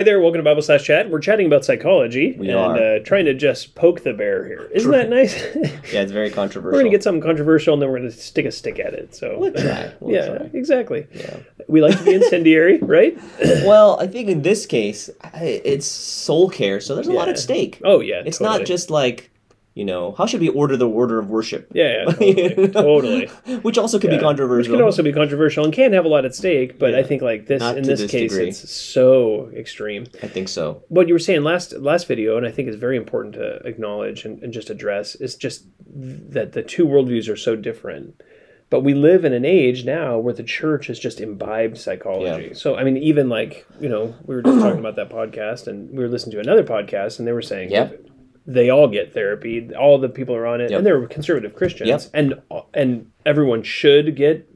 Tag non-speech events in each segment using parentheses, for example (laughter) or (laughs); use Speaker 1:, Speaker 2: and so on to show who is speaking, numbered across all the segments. Speaker 1: Hey there, welcome to Bible Slash Chat. We're chatting about psychology
Speaker 2: We
Speaker 1: and
Speaker 2: are.
Speaker 1: Uh, trying to just poke the bear here. Isn't that nice? (laughs)
Speaker 2: Yeah, it's very
Speaker 1: we're
Speaker 2: controversial.
Speaker 1: going to get something controversial and then we're going to stick a stick at it. So, (laughs)
Speaker 2: We'll try. We'll
Speaker 1: yeah,
Speaker 2: try.
Speaker 1: exactly.
Speaker 2: Yeah.
Speaker 1: We like to be
Speaker 2: (laughs)
Speaker 1: incendiary, right? (clears throat)
Speaker 2: (clears throat) Well, I think in this case, I- it's soul care, so there's a lot
Speaker 1: Yeah.
Speaker 2: at stake.
Speaker 1: Oh, yeah.
Speaker 2: it's
Speaker 1: totally.
Speaker 2: not just like, you know, how should we order the order of worship? (laughs)
Speaker 1: Yeah, yeah
Speaker 2: You
Speaker 1: totally.
Speaker 2: know?
Speaker 1: totally.
Speaker 2: Which also could
Speaker 1: Yeah.
Speaker 2: be controversial.
Speaker 1: Which can also be controversial and can have a lot at stake, but I
Speaker 2: Yeah.
Speaker 1: think like this
Speaker 2: Not
Speaker 1: in
Speaker 2: to
Speaker 1: this,
Speaker 2: this
Speaker 1: case
Speaker 2: degree.
Speaker 1: it's so extreme.
Speaker 2: I think so.
Speaker 1: What you were saying last last video, and I think is very important to acknowledge and, and just address, is just that the two worldviews are so different. But we live in an age now where the church has just imbibed psychology. So I mean, even like you know, we were just talking about that podcast, and we were listening to another podcast, and they were saying,
Speaker 2: Yep.
Speaker 1: they all get therapy. All the people are on it,
Speaker 2: Yep.
Speaker 1: and they're conservative Christians,
Speaker 2: Yep.
Speaker 1: and and everyone should get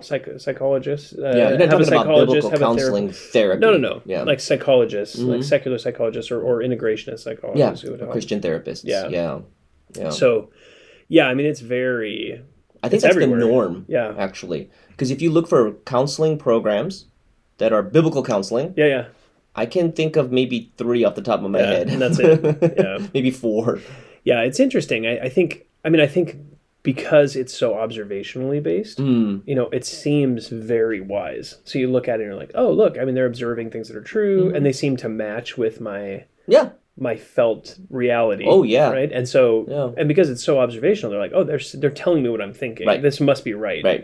Speaker 1: psych- psychologists. Uh,
Speaker 2: Yeah, you're
Speaker 1: have a
Speaker 2: not talking about
Speaker 1: psychologist,
Speaker 2: biblical
Speaker 1: have a therapist.
Speaker 2: counseling therapy.
Speaker 1: No, no, no.
Speaker 2: Yeah. Mm-hmm.
Speaker 1: Like psychologists, like secular psychologists or, or integrationist
Speaker 2: yeah,
Speaker 1: psychologists. who would help.
Speaker 2: Christian therapists.
Speaker 1: Yeah.
Speaker 2: Yeah. Yeah.
Speaker 1: So, yeah, I mean, it's very
Speaker 2: I think
Speaker 1: It's
Speaker 2: that's
Speaker 1: everywhere.
Speaker 2: the norm,
Speaker 1: Yeah.
Speaker 2: actually. Because if you look for counseling programs that are biblical counseling,
Speaker 1: yeah, yeah,
Speaker 2: I can think of maybe three off the top of my
Speaker 1: Yeah,
Speaker 2: head.
Speaker 1: and that's
Speaker 2: (laughs)
Speaker 1: it. Yeah.
Speaker 2: maybe four.
Speaker 1: yeah. It's interesting. I, I think. I mean, I think because it's so observationally based.
Speaker 2: Mm,
Speaker 1: you know, it seems very wise. So you look at it and you're like, oh, look, I mean, they're observing things that are true,
Speaker 2: Mm-hmm.
Speaker 1: and they seem to match with my
Speaker 2: yeah.
Speaker 1: my felt reality.
Speaker 2: Oh, yeah.
Speaker 1: right. And so,
Speaker 2: Yeah.
Speaker 1: and because it's so observational, they're like, oh, they're s- they're telling me what I'm thinking.
Speaker 2: Right.
Speaker 1: This must be right.
Speaker 2: Right.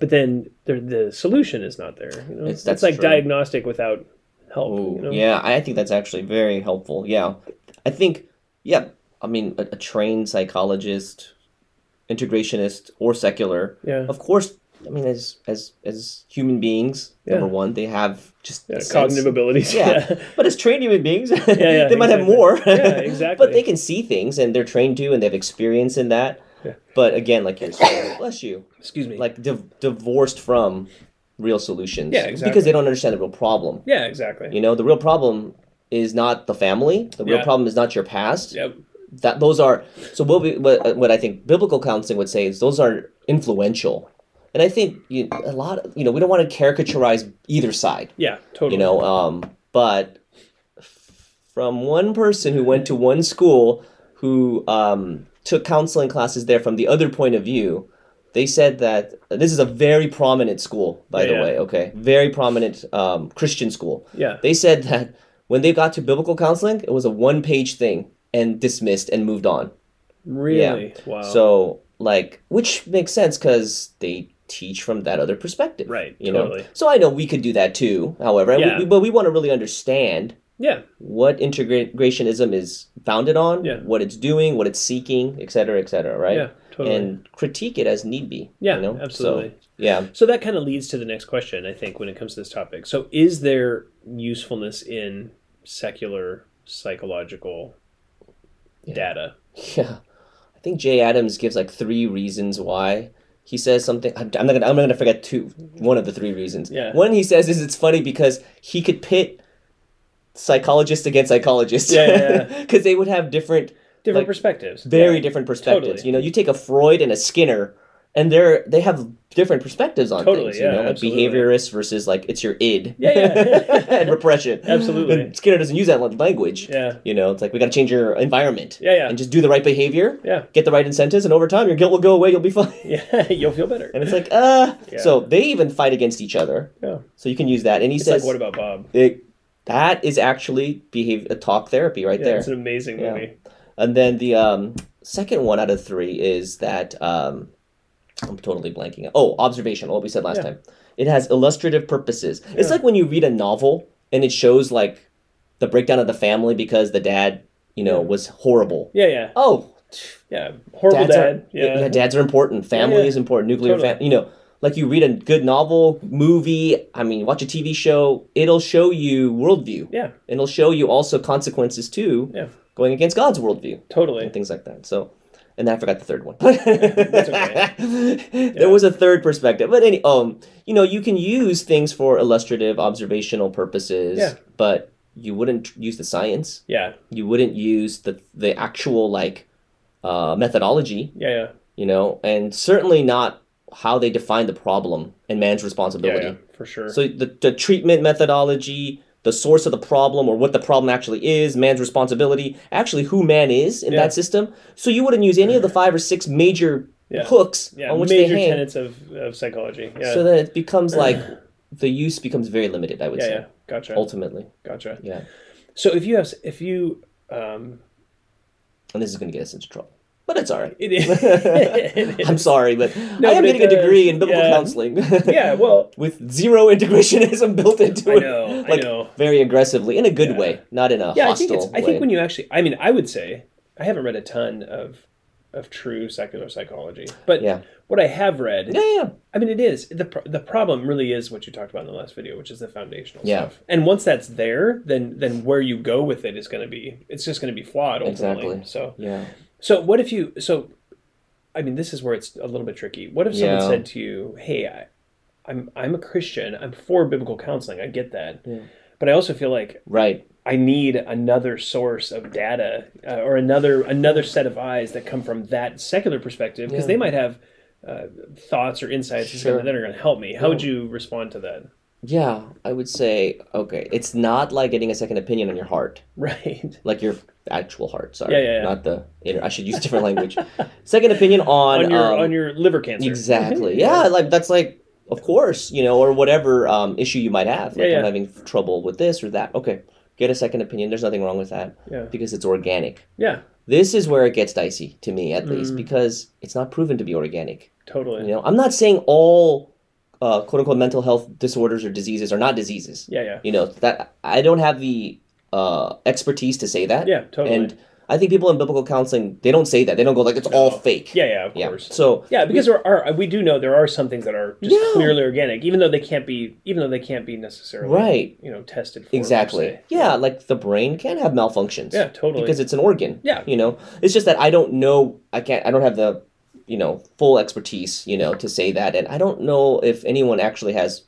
Speaker 1: But then the the solution is not there. You know?
Speaker 2: It's-
Speaker 1: It's,
Speaker 2: that's
Speaker 1: like
Speaker 2: true.
Speaker 1: diagnostic without help.
Speaker 2: Ooh,
Speaker 1: you know?
Speaker 2: Yeah, I think that's actually very helpful. Yeah, I think, yeah, I mean, a, a trained psychologist, integrationist, or secular,
Speaker 1: Yeah.
Speaker 2: of course. I mean, as as as human beings, number
Speaker 1: Yeah.
Speaker 2: one, they have just
Speaker 1: Yeah,
Speaker 2: a sense-
Speaker 1: cognitive abilities. (laughs)
Speaker 2: Yeah, but as trained human beings,
Speaker 1: yeah,
Speaker 2: (laughs) they might have
Speaker 1: exactly.
Speaker 2: more. (laughs)
Speaker 1: Yeah, exactly.
Speaker 2: but they can see things, and they're trained to, and they have experience in that. But again, like you're saying, bless you,
Speaker 1: Excuse me.
Speaker 2: like div- divorced from real solutions.
Speaker 1: Yeah,
Speaker 2: Because
Speaker 1: exactly.
Speaker 2: they don't understand the real problem.
Speaker 1: yeah, exactly.
Speaker 2: You know, the real problem is not the family. The real
Speaker 1: Yeah.
Speaker 2: problem is not your past.
Speaker 1: Yep.
Speaker 2: That those are so. What, we, what what I think biblical counseling would say is those are influential, and I think you, a lot. Of, you know, we don't want to caricaturize either side.
Speaker 1: Yeah, totally.
Speaker 2: You know, um, but from one person who went to one school who um, took counseling classes there from the other point of view, they said that this is a very prominent school, by
Speaker 1: Yeah,
Speaker 2: the
Speaker 1: yeah.
Speaker 2: way. Okay, very prominent um, Christian school.
Speaker 1: Yeah.
Speaker 2: They said that when they got to biblical counseling, it was a one page thing and dismissed and moved on.
Speaker 1: really. Wow.
Speaker 2: So, like, which makes sense because they teach from that other perspective.
Speaker 1: Right,
Speaker 2: You
Speaker 1: totally.
Speaker 2: know? So I know we could do that too, however, and we-
Speaker 1: Yeah.
Speaker 2: we- but we want to really understand
Speaker 1: yeah.
Speaker 2: what integrationism is founded on,
Speaker 1: Yeah.
Speaker 2: what it's doing, what it's seeking, et cetera, et cetera, right?
Speaker 1: Yeah, totally.
Speaker 2: And critique it as need be.
Speaker 1: Yeah,
Speaker 2: you know? So,
Speaker 1: absolutely.
Speaker 2: yeah.
Speaker 1: So that kind of leads to the next question, I think, when it comes to this topic. So, is there usefulness in secular psychological data?
Speaker 2: Yeah, I think Jay Adams gives like three reasons why he says something. I'm, I'm not gonna. I'm not gonna forget two. One of the three reasons.
Speaker 1: Yeah.
Speaker 2: One he says is it's funny because he could pit psychologists against psychologists.
Speaker 1: Yeah, yeah,
Speaker 2: (laughs) Because they would have different,
Speaker 1: Different
Speaker 2: like,
Speaker 1: perspectives.
Speaker 2: very
Speaker 1: Yeah.
Speaker 2: different perspectives.
Speaker 1: Totally.
Speaker 2: You know, you take a Freud and a Skinner, and they're they have different perspectives on
Speaker 1: Totally,
Speaker 2: things. You
Speaker 1: yeah,
Speaker 2: know, like
Speaker 1: absolutely.
Speaker 2: behaviorists versus like it's your id.
Speaker 1: Yeah, yeah.
Speaker 2: (laughs) and repression.
Speaker 1: Absolutely.
Speaker 2: And Skinner doesn't use that language.
Speaker 1: Yeah.
Speaker 2: You know, it's like we got to change your environment.
Speaker 1: Yeah, yeah.
Speaker 2: And just do the right behavior.
Speaker 1: Yeah.
Speaker 2: Get the right incentives, and over time your guilt will go away. You'll be (laughs) fine.
Speaker 1: Yeah, (laughs) you'll feel better.
Speaker 2: And it's like, uh.
Speaker 1: Yeah.
Speaker 2: So they even fight against each other.
Speaker 1: yeah.
Speaker 2: So you can use that. And he
Speaker 1: It's
Speaker 2: says,
Speaker 1: like, what about Bob?
Speaker 2: it- that is actually behavior talk therapy right
Speaker 1: Yeah,
Speaker 2: there.
Speaker 1: it's an amazing
Speaker 2: Yeah.
Speaker 1: movie.
Speaker 2: And then the um, second one out of three is that um, I'm totally blanking. out. Oh, observational, what we said last
Speaker 1: Yeah.
Speaker 2: time. It has illustrative purposes. It's
Speaker 1: Yeah.
Speaker 2: like when you read a novel and it shows like the breakdown of the family because the dad, you know,
Speaker 1: Yeah.
Speaker 2: was horrible.
Speaker 1: Yeah, yeah.
Speaker 2: Oh,
Speaker 1: Yeah. Horrible
Speaker 2: dads
Speaker 1: dad.
Speaker 2: Are,
Speaker 1: yeah.
Speaker 2: dads are important. Family
Speaker 1: Yeah, yeah.
Speaker 2: is important. Nuclear
Speaker 1: Totally.
Speaker 2: family, you know, like you read a good novel, movie. I mean, watch a TV show. It'll show you worldview.
Speaker 1: Yeah,
Speaker 2: And it'll show you also consequences too,
Speaker 1: Yeah.
Speaker 2: going against God's worldview
Speaker 1: totally.
Speaker 2: and things like that. So, and I forgot the third one.
Speaker 1: okay. Yeah.
Speaker 2: (laughs) There was a third perspective, but any um, you know, you can use things for illustrative, observational purposes,
Speaker 1: Yeah.
Speaker 2: but you wouldn't tr- use the science.
Speaker 1: Yeah,
Speaker 2: You wouldn't use the the actual like uh, methodology,
Speaker 1: yeah, yeah.
Speaker 2: you know, and certainly not how they define the problem and man's
Speaker 1: Yeah,
Speaker 2: responsibility.
Speaker 1: yeah, for sure.
Speaker 2: So the, the treatment methodology, the source of the problem or what the problem actually is, man's responsibility, actually who man is in
Speaker 1: Yeah.
Speaker 2: that system. So you wouldn't use any of the five or six major
Speaker 1: Yeah.
Speaker 2: hooks
Speaker 1: yeah,
Speaker 2: on which
Speaker 1: major
Speaker 2: they hang.
Speaker 1: tenets of, of psychology. Yeah,
Speaker 2: So then it becomes
Speaker 1: (clears throat)
Speaker 2: like the use becomes very limited. I would
Speaker 1: yeah,
Speaker 2: say
Speaker 1: yeah. Gotcha,
Speaker 2: ultimately,
Speaker 1: gotcha.
Speaker 2: yeah.
Speaker 1: So if you have, if you, um, (laughs)
Speaker 2: And this is going to get us into trouble, but it's all right.
Speaker 1: it
Speaker 2: (laughs)
Speaker 1: is, (laughs) it is-
Speaker 2: I'm sorry, but I am
Speaker 1: but it
Speaker 2: getting a degree
Speaker 1: does.
Speaker 2: in biblical
Speaker 1: Yeah.
Speaker 2: counseling. (laughs)
Speaker 1: yeah. Well,
Speaker 2: with zero integrationism (laughs) built into
Speaker 1: I
Speaker 2: it.
Speaker 1: know, I know.
Speaker 2: Very aggressively, in a good way, not in a
Speaker 1: yeah, I
Speaker 2: hostile
Speaker 1: think it's.
Speaker 2: way.
Speaker 1: I think when you actually, I mean, I would say I haven't read a ton of of true secular psychology, but
Speaker 2: Yeah.
Speaker 1: what I have read,
Speaker 2: yeah, yeah,
Speaker 1: I mean, it is the pro- the problem really is what you talked about in the last video, which is the foundational
Speaker 2: Yeah.
Speaker 1: stuff. And once that's there, then then where you go with it is going to be it's just going to be flawed ultimately.
Speaker 2: Exactly.
Speaker 1: So
Speaker 2: yeah.
Speaker 1: So what if you so I mean this is where it's a little bit tricky. What if someone
Speaker 2: Yeah.
Speaker 1: said to you, "Hey, I, I'm I'm a Christian. I'm for biblical counseling. I get that." But I also feel like
Speaker 2: Right.
Speaker 1: I need another source of data uh, or another another set of eyes that come from that secular perspective because
Speaker 2: Yeah.
Speaker 1: they might have uh, thoughts or insights
Speaker 2: Sure.
Speaker 1: that are going to help me. How would you respond to that? (laughs)
Speaker 2: Yeah, I would say okay. It's not like getting a second opinion on your heart,
Speaker 1: Right.
Speaker 2: like your actual heart. Sorry,
Speaker 1: Yeah, yeah, yeah.
Speaker 2: not the inner. I should use different language. (laughs) Second opinion on
Speaker 1: On your
Speaker 2: um,
Speaker 1: on your liver cancer. (laughs)
Speaker 2: Exactly. Yeah, like that's like of course, you know, or whatever um, issue you might have. Like
Speaker 1: Yeah, yeah.
Speaker 2: I'm having trouble with this or that. Okay. Get a second opinion. There's nothing wrong with that.
Speaker 1: Yeah.
Speaker 2: Because it's organic.
Speaker 1: Yeah.
Speaker 2: This is where it gets dicey to me at
Speaker 1: Mm.
Speaker 2: least because it's not proven to be organic.
Speaker 1: Totally.
Speaker 2: You know, I'm not saying all uh, quote unquote mental health disorders or diseases are not diseases.
Speaker 1: Yeah. Yeah.
Speaker 2: You know, that I don't have the uh, expertise to say that.
Speaker 1: Yeah, totally.
Speaker 2: And I think people in biblical counseling, they don't say that. They don't go like it's all fake.
Speaker 1: Yeah. Yeah. Of
Speaker 2: Yeah.
Speaker 1: course.
Speaker 2: So
Speaker 1: Yeah, because there are we do know there are some things that are just
Speaker 2: Yeah.
Speaker 1: clearly organic, even though they can't be even though they can't be necessarily
Speaker 2: Right.
Speaker 1: you know, tested for per
Speaker 2: Exactly.
Speaker 1: se.
Speaker 2: Yeah, like the brain can have malfunctions.
Speaker 1: Yeah, totally.
Speaker 2: Because it's an organ.
Speaker 1: Yeah.
Speaker 2: You know, it's just that I don't know. I can't. I don't have the, you know, full expertise. You know, to say that, and I don't know if anyone actually has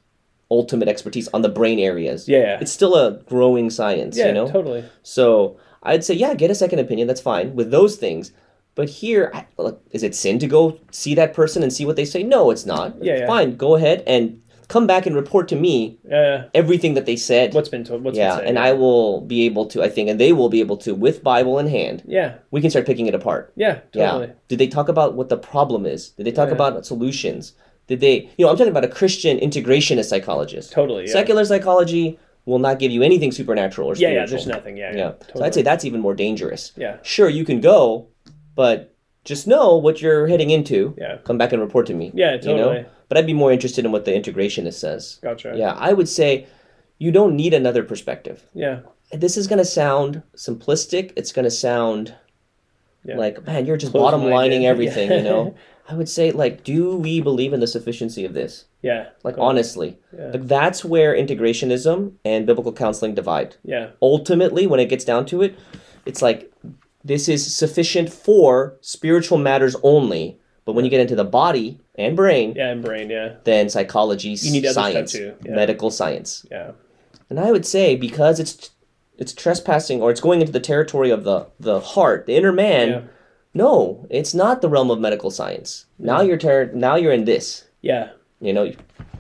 Speaker 2: ultimate expertise on the brain areas.
Speaker 1: Yeah, yeah.
Speaker 2: It's still a growing science.
Speaker 1: yeah,
Speaker 2: you know.
Speaker 1: totally.
Speaker 2: So I'd say, yeah, get a second opinion. That's fine with those things. But here, I, look, is it sin to go see that person and see what they say? No, it's not.
Speaker 1: Yeah, yeah.
Speaker 2: Fine. Go ahead and come back and report to me
Speaker 1: Yeah.
Speaker 2: everything that they said
Speaker 1: What's been told what's
Speaker 2: yeah,
Speaker 1: been said.
Speaker 2: and I will be able to, I think, and they will be able to, with Bible in hand,
Speaker 1: Yeah.
Speaker 2: we can start picking it apart.
Speaker 1: Yeah, totally.
Speaker 2: Yeah. Did they talk about what the problem is? Did they talk
Speaker 1: Yeah.
Speaker 2: about solutions? Did they, you know, I'm talking about a Christian integrationist psychologist.
Speaker 1: Totally. Yeah.
Speaker 2: Secular psychology will not give you anything supernatural or
Speaker 1: yeah,
Speaker 2: spiritual.
Speaker 1: yeah, there's nothing. Yeah. Yeah.
Speaker 2: Yeah.
Speaker 1: Totally.
Speaker 2: So I'd say that's even more dangerous.
Speaker 1: Yeah.
Speaker 2: Sure, you can go, but just know what you're heading into.
Speaker 1: Yeah.
Speaker 2: Come back and report to me.
Speaker 1: Yeah, totally.
Speaker 2: You know? But I'd be more interested in what the integrationist says.
Speaker 1: Gotcha.
Speaker 2: Yeah, I would say you don't need another perspective
Speaker 1: Yeah.
Speaker 2: this is going to sound simplistic. It's going to sound
Speaker 1: Yeah.
Speaker 2: like, man, you're just
Speaker 1: Close-minded.
Speaker 2: bottom lining
Speaker 1: (laughs)
Speaker 2: everything,
Speaker 1: Yeah.
Speaker 2: you know? I would say, like, do we believe in the sufficiency of this?
Speaker 1: Yeah.
Speaker 2: Like,
Speaker 1: Totally.
Speaker 2: honestly,
Speaker 1: Yeah.
Speaker 2: like, that's where integrationism and biblical counseling divide.
Speaker 1: Yeah.
Speaker 2: Ultimately, when it gets down to it, it's like, this is sufficient for spiritual matters only. But when you get into the body and brain,
Speaker 1: Yeah, and brain, yeah.
Speaker 2: then psychology,
Speaker 1: need other stuff
Speaker 2: science,
Speaker 1: too, yeah.
Speaker 2: medical science.
Speaker 1: Yeah.
Speaker 2: And I would say because it's it's trespassing or it's going into the territory of the the heart, the inner man.
Speaker 1: Yeah.
Speaker 2: No, it's not the realm of medical science. Now you're ter- now you're in this.
Speaker 1: Yeah.
Speaker 2: You know,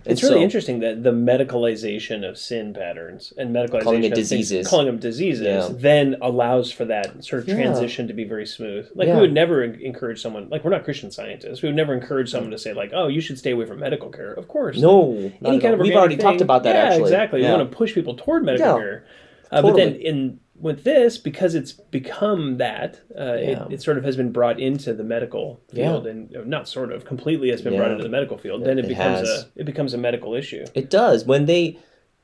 Speaker 1: It's really interesting that the medicalization of sin patterns and medicalization
Speaker 2: Calling it
Speaker 1: of things-
Speaker 2: diseases.
Speaker 1: calling them diseases,
Speaker 2: Yeah.
Speaker 1: then allows for that sort of
Speaker 2: Yeah.
Speaker 1: transition to be very smooth. Like we
Speaker 2: Yeah.
Speaker 1: would never en- encourage someone, like we're not Christian scientists, we would never encourage someone to say like, "Oh, you should stay away from medical care." Of course,
Speaker 2: Mm. No, not
Speaker 1: any
Speaker 2: at
Speaker 1: kind
Speaker 2: all.
Speaker 1: of
Speaker 2: we've
Speaker 1: organic
Speaker 2: already
Speaker 1: thing-
Speaker 2: talked about that
Speaker 1: Yeah,
Speaker 2: actually.
Speaker 1: Exactly,
Speaker 2: Yeah.
Speaker 1: we want to push people toward medical
Speaker 2: Yeah,
Speaker 1: care, uh, but then
Speaker 2: totally.
Speaker 1: in with this because it's become that uh,
Speaker 2: Yeah.
Speaker 1: it, it sort of has been brought into the medical
Speaker 2: Yeah.
Speaker 1: field and uh, not sort of completely has been brought
Speaker 2: Yeah.
Speaker 1: into the medical field then it,
Speaker 2: It
Speaker 1: becomes
Speaker 2: has.
Speaker 1: a it becomes a medical issue
Speaker 2: It does when they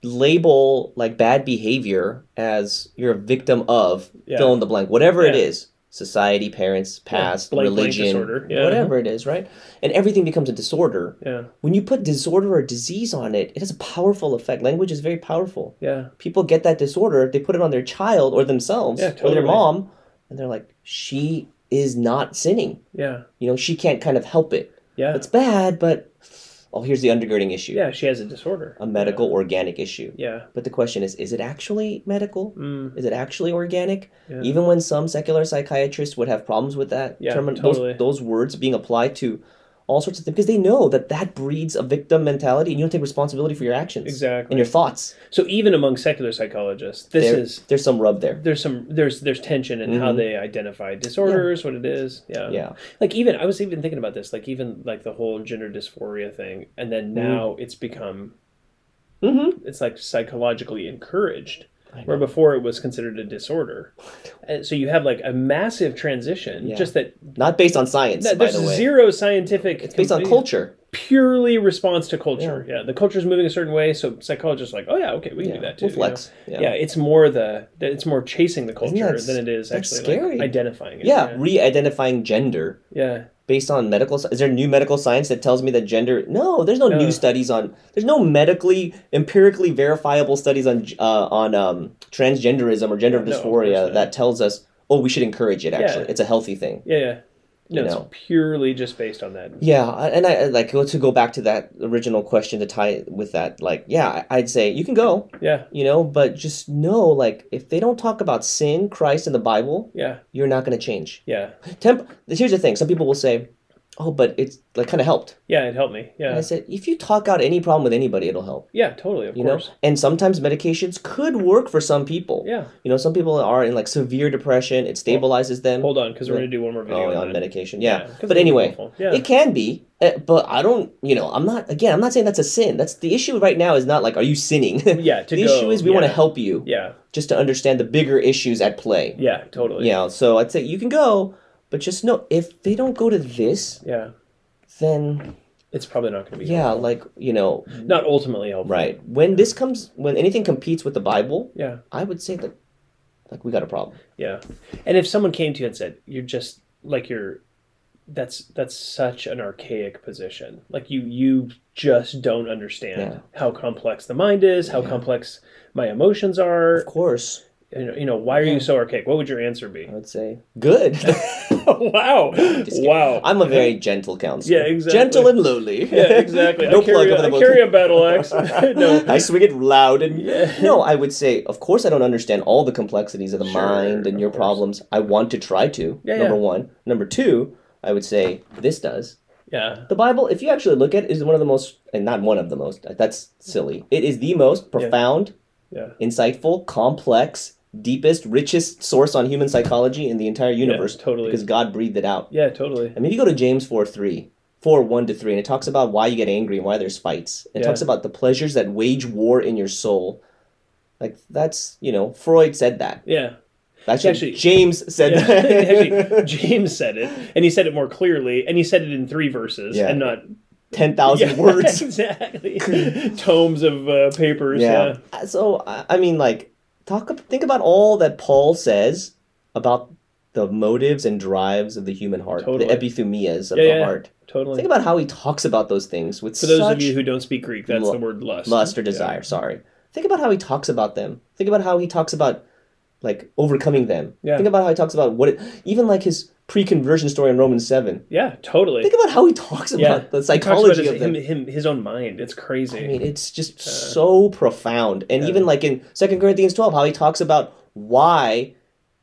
Speaker 2: label like bad behavior as you're a victim of
Speaker 1: Yeah.
Speaker 2: fill in the blank, whatever it
Speaker 1: Yeah.
Speaker 2: is, society, parents, past,
Speaker 1: blank, blank
Speaker 2: religion,
Speaker 1: disorder. Yeah.
Speaker 2: whatever it is, right? And everything becomes a disorder.
Speaker 1: yeah
Speaker 2: when you put disorder or disease on it, it has a powerful effect. Language is very powerful.
Speaker 1: Yeah,
Speaker 2: People get that disorder, they put it on their child or themselves
Speaker 1: Yeah,
Speaker 2: or
Speaker 1: totally.
Speaker 2: their mom, and they're like, she is not sinning.
Speaker 1: yeah,
Speaker 2: You know, she can't kind of help it.
Speaker 1: yeah.
Speaker 2: It's bad, but oh, here's the undergirding issue
Speaker 1: yeah, she has a disorder.
Speaker 2: a medical, organic issue.
Speaker 1: Yeah,
Speaker 2: But the question is, is it actually medical?
Speaker 1: Mm.
Speaker 2: Is it actually organic?
Speaker 1: Yeah.
Speaker 2: Even when some secular psychiatrists would have problems with that
Speaker 1: Yeah,
Speaker 2: termin-
Speaker 1: totally.
Speaker 2: those, those words being applied to all sorts of things because they know that that breeds a victim mentality and you don't take responsibility for your actions
Speaker 1: Exactly.
Speaker 2: and your thoughts.
Speaker 1: So even among secular psychologists, this
Speaker 2: There-
Speaker 1: is
Speaker 2: there's some rub there.
Speaker 1: there's some there's there's tension in how they identify disorders, what it is. Yeah.
Speaker 2: Mm-hmm. Yeah.
Speaker 1: Like even I was even thinking about this, like even like the whole gender dysphoria thing, and
Speaker 2: Mm.
Speaker 1: then now it's become
Speaker 2: Mhm.
Speaker 1: it's like psychologically encouraged.
Speaker 2: I
Speaker 1: Where before it was considered a disorder, and so you have like a massive transition.
Speaker 2: Yeah.
Speaker 1: Just that,
Speaker 2: Not based on science,
Speaker 1: that
Speaker 2: by
Speaker 1: there's
Speaker 2: the way.
Speaker 1: zero scientific.
Speaker 2: it's based on culture.
Speaker 1: purely response to culture. Yeah, the culture is moving a certain way, so psychologists are like, oh yeah, okay, we can
Speaker 2: Yeah,
Speaker 1: do that too.
Speaker 2: we'll
Speaker 1: you know?
Speaker 2: flex, yeah.
Speaker 1: Yeah. it's more the that it's more chasing the
Speaker 2: that
Speaker 1: culture
Speaker 2: s-
Speaker 1: than it is
Speaker 2: that's
Speaker 1: actually
Speaker 2: scary.
Speaker 1: like identifying it.
Speaker 2: Yeah, re-identifying gender
Speaker 1: yeah,
Speaker 2: based on medical. sci- Is there new medical science that tells me that gender? No, there's no,
Speaker 1: No.
Speaker 2: new studies on. There's no medically, empirically verifiable studies on uh, on um, transgenderism or gender
Speaker 1: No, of course
Speaker 2: dysphoria
Speaker 1: not.
Speaker 2: that tells us. Oh, we should encourage it. Actually,
Speaker 1: Yeah.
Speaker 2: it's a healthy thing.
Speaker 1: yeah, yeah. No,
Speaker 2: You
Speaker 1: it's
Speaker 2: know.
Speaker 1: purely just based on that.
Speaker 2: Yeah, I- and I I, like to go back to that original question to tie it with that. Like, yeah, I- I'd say you can go,
Speaker 1: Yeah,
Speaker 2: you know, but just know, like, if they don't talk about sin, Christ, and the Bible,
Speaker 1: yeah,
Speaker 2: you're not going to change.
Speaker 1: yeah,
Speaker 2: Temp. Here's the thing: some people will say, "Oh, but it's like kind of helped."
Speaker 1: yeah. It helped me. Yeah,
Speaker 2: And I said, if you talk out any problem with anybody, it'll help.
Speaker 1: yeah, totally. Of
Speaker 2: You know,
Speaker 1: course.
Speaker 2: and sometimes medications could work for some people.
Speaker 1: Yeah.
Speaker 2: You know, some people are in like severe depression. It stabilizes them.
Speaker 1: Hold on, because we're gonna do one more video
Speaker 2: Oh,
Speaker 1: on,
Speaker 2: on
Speaker 1: that.
Speaker 2: medication. Yeah.
Speaker 1: 'cause
Speaker 2: but
Speaker 1: it's
Speaker 2: anyway,
Speaker 1: helpful. yeah,
Speaker 2: it can be. eh, But I don't, you know, I'm not, again, I'm not saying that's a sin. That's the issue right now is not like, are you sinning?
Speaker 1: (laughs) Yeah, to
Speaker 2: the
Speaker 1: go,
Speaker 2: issue is we want to
Speaker 1: yeah.
Speaker 2: help you
Speaker 1: yeah,
Speaker 2: just to understand the bigger issues at play.
Speaker 1: yeah, totally.
Speaker 2: You know, so I'd say you can go, but just know if they don't go to this,
Speaker 1: yeah.
Speaker 2: then
Speaker 1: It's probably not gonna be
Speaker 2: yeah, like, you know,
Speaker 1: helpful. not ultimately helpful.
Speaker 2: Right. When this comes, when anything competes with the Bible,
Speaker 1: Yeah.
Speaker 2: I would say that, like, we got a problem.
Speaker 1: Yeah. And if someone came to you and said, You're just like you're that's that's such an archaic position. Like you you just don't understand
Speaker 2: Yeah.
Speaker 1: how complex the mind is, how complex my emotions are.
Speaker 2: Of course,
Speaker 1: You know, you know, why are you so archaic? What would your answer
Speaker 2: (laughs)
Speaker 1: be? (laughs)
Speaker 2: I would say (laughs) good.
Speaker 1: wow. Wow.
Speaker 2: I'm a very gentle counselor.
Speaker 1: Yeah, exactly.
Speaker 2: Gentle and lowly.
Speaker 1: yeah,
Speaker 2: (laughs)
Speaker 1: exactly.
Speaker 2: no
Speaker 1: I carry,
Speaker 2: plug over
Speaker 1: a,
Speaker 2: the
Speaker 1: I
Speaker 2: book.
Speaker 1: carry a battle
Speaker 2: (laughs)
Speaker 1: axe. (laughs) no.
Speaker 2: I swing it loud and
Speaker 1: Yeah.
Speaker 2: no. I would say, of course, I don't understand all the complexities of the
Speaker 1: Sure,
Speaker 2: mind and
Speaker 1: of
Speaker 2: your
Speaker 1: course.
Speaker 2: problems. I want to try to.
Speaker 1: Yeah,
Speaker 2: number
Speaker 1: yeah.
Speaker 2: one. Number two, I would say this does.
Speaker 1: Yeah.
Speaker 2: The Bible, if you actually look at, it, is one of the most, and not one of the most. That's silly. It is the most profound
Speaker 1: Yeah.
Speaker 2: insightful, complex, deepest, richest source on human psychology in the entire universe.
Speaker 1: totally.
Speaker 2: Because God breathed it out.
Speaker 1: Yeah, totally.
Speaker 2: I mean, if you go to James 4 3, 4 1 to 3, and it talks about why you get angry and why there's fights. It
Speaker 1: Yeah.
Speaker 2: talks about the pleasures that wage war in your soul. Like, that's, you know, Freud said that.
Speaker 1: Yeah.
Speaker 2: Actually,
Speaker 1: Actually-
Speaker 2: James said (laughs)
Speaker 1: Yeah. (laughs)
Speaker 2: that.
Speaker 1: Actually, James said it, and he said it more clearly, and he said it in three verses,
Speaker 2: Yeah.
Speaker 1: and not (laughs)
Speaker 2: 10,000
Speaker 1: Yeah,
Speaker 2: words.
Speaker 1: exactly (laughs) tomes of uh, papers yeah.
Speaker 2: Yeah. Uh, So I I mean, like, talk. ab- Think about all that Paul says about the motives and drives of the human heart,
Speaker 1: Totally.
Speaker 2: the epithumias of
Speaker 1: Yeah,
Speaker 2: the
Speaker 1: yeah.
Speaker 2: heart.
Speaker 1: totally
Speaker 2: Think about how he talks about those things with
Speaker 1: for those
Speaker 2: such
Speaker 1: of you who don't speak greek that's
Speaker 2: Lu-
Speaker 1: the word lust
Speaker 2: lust or
Speaker 1: Yeah.
Speaker 2: desire. Sorry. Think about how he talks about them. Think about how he talks about like overcoming them.
Speaker 1: Yeah.
Speaker 2: Think about how he talks about what it, even like his pre-conversion story in Romans seven.
Speaker 1: yeah, totally
Speaker 2: Think about how he talks about
Speaker 1: yeah
Speaker 2: the
Speaker 1: He talks about
Speaker 2: psychology
Speaker 1: his,
Speaker 2: of them.
Speaker 1: him, him his own mind it's crazy
Speaker 2: I mean, it's just
Speaker 1: Uh,
Speaker 2: so profound. And even like in Second Corinthians 12, how he talks about why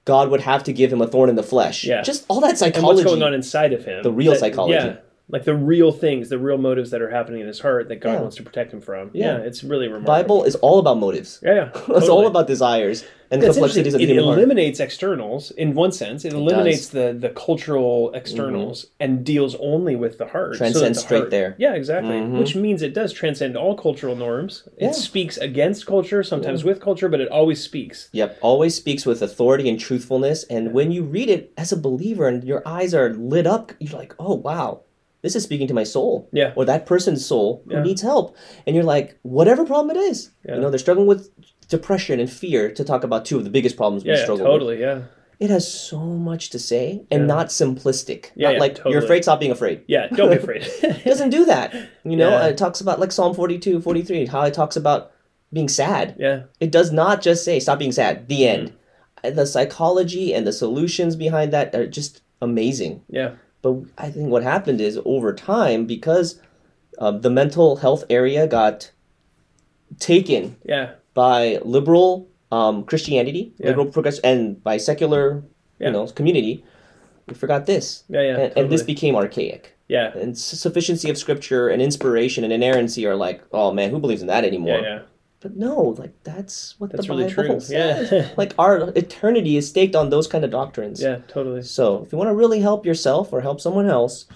Speaker 2: God would have to give him a thorn in the flesh.
Speaker 1: Yeah.
Speaker 2: Just all that
Speaker 1: and
Speaker 2: psychology.
Speaker 1: what's going on inside of him
Speaker 2: The real psychology.
Speaker 1: yeah like the real things the real motives that are happening in his heart that god
Speaker 2: Yeah.
Speaker 1: wants to protect him from
Speaker 2: Yeah.
Speaker 1: yeah, it's really remarkable
Speaker 2: Bible is all about motives.
Speaker 1: yeah, yeah
Speaker 2: (laughs) It's
Speaker 1: totally.
Speaker 2: all about desires and
Speaker 1: That's
Speaker 2: complexities of the
Speaker 1: interesting. it
Speaker 2: human heart.
Speaker 1: eliminates externals in one sense. It eliminates the the cultural externals and deals only with the heart. so that
Speaker 2: Mm-hmm. Transcends
Speaker 1: the
Speaker 2: straight
Speaker 1: heart-
Speaker 2: there. Mm-hmm.
Speaker 1: Yeah, exactly. Which means it does transcend all cultural norms.
Speaker 2: Yeah.
Speaker 1: It speaks against culture, sometimes with culture, but it always speaks.
Speaker 2: Yep. Always speaks with authority and truthfulness. And when you read it as a believer and your eyes are lit up, you're like, oh, wow. This is speaking to my soul,
Speaker 1: Yeah.
Speaker 2: or that person's soul who
Speaker 1: Yeah.
Speaker 2: needs help, and you're like, whatever problem it is,
Speaker 1: Yeah.
Speaker 2: you know, they're struggling with depression and fear. To talk about two of the biggest problems we
Speaker 1: Yeah,
Speaker 2: struggle with,
Speaker 1: totally. Yeah,
Speaker 2: it has so much to say and not simplistic.
Speaker 1: Yeah,
Speaker 2: not
Speaker 1: yeah,
Speaker 2: like you're
Speaker 1: totally.
Speaker 2: afraid, stop being afraid.
Speaker 1: yeah. Don't be afraid. (laughs)
Speaker 2: It doesn't do that. You know,
Speaker 1: Yeah.
Speaker 2: it talks about like Psalm 42, 43, how it talks about being sad.
Speaker 1: yeah,
Speaker 2: It does not just say stop being sad, the end.
Speaker 1: Mm.
Speaker 2: And The psychology and the solutions behind that are just amazing.
Speaker 1: yeah,
Speaker 2: But I think what happened is over time, because um, the mental health area got taken
Speaker 1: yeah,
Speaker 2: by liberal um, Christianity,
Speaker 1: Yeah.
Speaker 2: liberal progress, and by secular,
Speaker 1: Yeah.
Speaker 2: you know, community. We forgot this,
Speaker 1: yeah, yeah.
Speaker 2: and, and this
Speaker 1: totally.
Speaker 2: became archaic.
Speaker 1: Yeah.
Speaker 2: and s- sufficiency of scripture and inspiration and inerrancy are like, oh man, who believes in that anymore?
Speaker 1: Yeah. Yeah.
Speaker 2: But no, like that's what
Speaker 1: That's
Speaker 2: the
Speaker 1: really
Speaker 2: Bible
Speaker 1: true.
Speaker 2: says.
Speaker 1: Yeah.
Speaker 2: like our eternity is staked on those kind of
Speaker 1: (laughs)
Speaker 2: doctrines.
Speaker 1: yeah. Totally.
Speaker 2: So if you want to really help yourself or help someone else,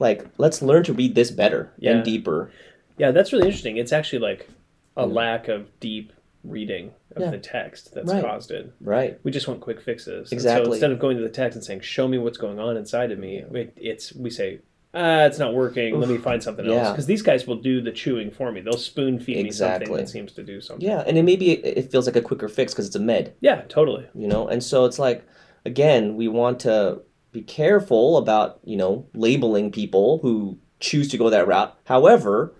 Speaker 2: like let's learn to read this better
Speaker 1: Yeah.
Speaker 2: and deeper.
Speaker 1: Yeah, that's really interesting. It's actually like a lack of deep reading of
Speaker 2: Hmm. Yeah.
Speaker 1: the text that's
Speaker 2: Right.
Speaker 1: caused it.
Speaker 2: Right.
Speaker 1: We just want quick fixes. And so
Speaker 2: Exactly.
Speaker 1: instead of going to the text and saying, "Show me what's going on inside of me," it, it's we say, "Ah, it's not working. Let me find something else."
Speaker 2: Yeah.
Speaker 1: Because these guys will do the chewing for me. They'll spoon feed me
Speaker 2: Exactly.
Speaker 1: something that seems to do something.
Speaker 2: Yeah, and it maybe it it feels like a quicker fix because it's a med.
Speaker 1: Yeah, totally.
Speaker 2: you know and so it's like again we want to be careful about you know labeling people who choose to go that route however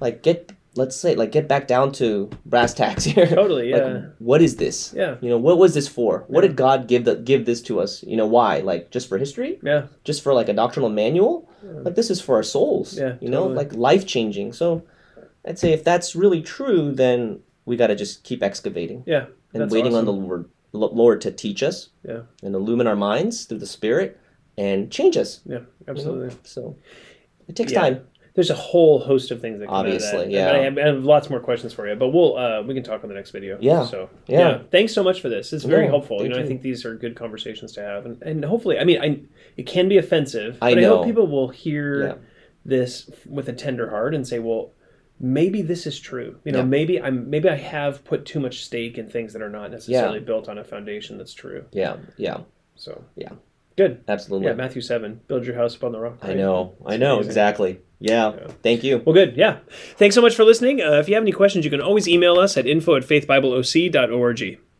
Speaker 2: like get let's say like get back down to brass tacks (laughs) here
Speaker 1: Totally, yeah.
Speaker 2: like what is this
Speaker 1: Yeah.
Speaker 2: you know what was this for what did god give the give this to us you know why like just for history
Speaker 1: Yeah,
Speaker 2: just for like a doctrinal manual like this is for our souls
Speaker 1: Yeah,
Speaker 2: you know
Speaker 1: totally.
Speaker 2: like life changing so i'd say if that's really true then we got to just keep excavating
Speaker 1: yeah.
Speaker 2: and
Speaker 1: That's
Speaker 2: waiting on
Speaker 1: awesome.
Speaker 2: the Lord, Lo- Lord to teach us
Speaker 1: Yeah.
Speaker 2: and illumine our minds through the Spirit and change us.
Speaker 1: Yeah, absolutely.
Speaker 2: So it takes
Speaker 1: Yeah.
Speaker 2: time.
Speaker 1: There's a whole host of things that come out of
Speaker 2: Obviously,
Speaker 1: that.
Speaker 2: yeah.
Speaker 1: And I have, I have lots more questions for you, but we'll uh, we can talk on the next video.
Speaker 2: Yeah,
Speaker 1: So
Speaker 2: yeah.
Speaker 1: thanks so much for this. It's very
Speaker 2: No,
Speaker 1: helpful. You
Speaker 2: thank
Speaker 1: know, I
Speaker 2: you.
Speaker 1: think these are good conversations to have, and, and hopefully, I mean, I it can be offensive,
Speaker 2: I
Speaker 1: but I hope
Speaker 2: know.
Speaker 1: people will hear
Speaker 2: Yeah.
Speaker 1: this f- with a tender heart and say, well. Maybe this is true. You know,
Speaker 2: Yeah.
Speaker 1: maybe I'm maybe I have put too much stake in things that are not necessarily
Speaker 2: Yeah.
Speaker 1: built on a foundation that's true.
Speaker 2: Yeah, yeah,
Speaker 1: So
Speaker 2: Yeah.
Speaker 1: good.
Speaker 2: absolutely.
Speaker 1: Yeah, Matthew seven, build your house upon the rock.
Speaker 2: I
Speaker 1: right?
Speaker 2: know, I
Speaker 1: It's
Speaker 2: know,
Speaker 1: amazing.
Speaker 2: exactly. Yeah.
Speaker 1: Yeah.
Speaker 2: thank you.
Speaker 1: Well, good. Yeah. Thanks so much for listening. Uh, if you have any questions, you can always email us at info at faithbibleoc.org.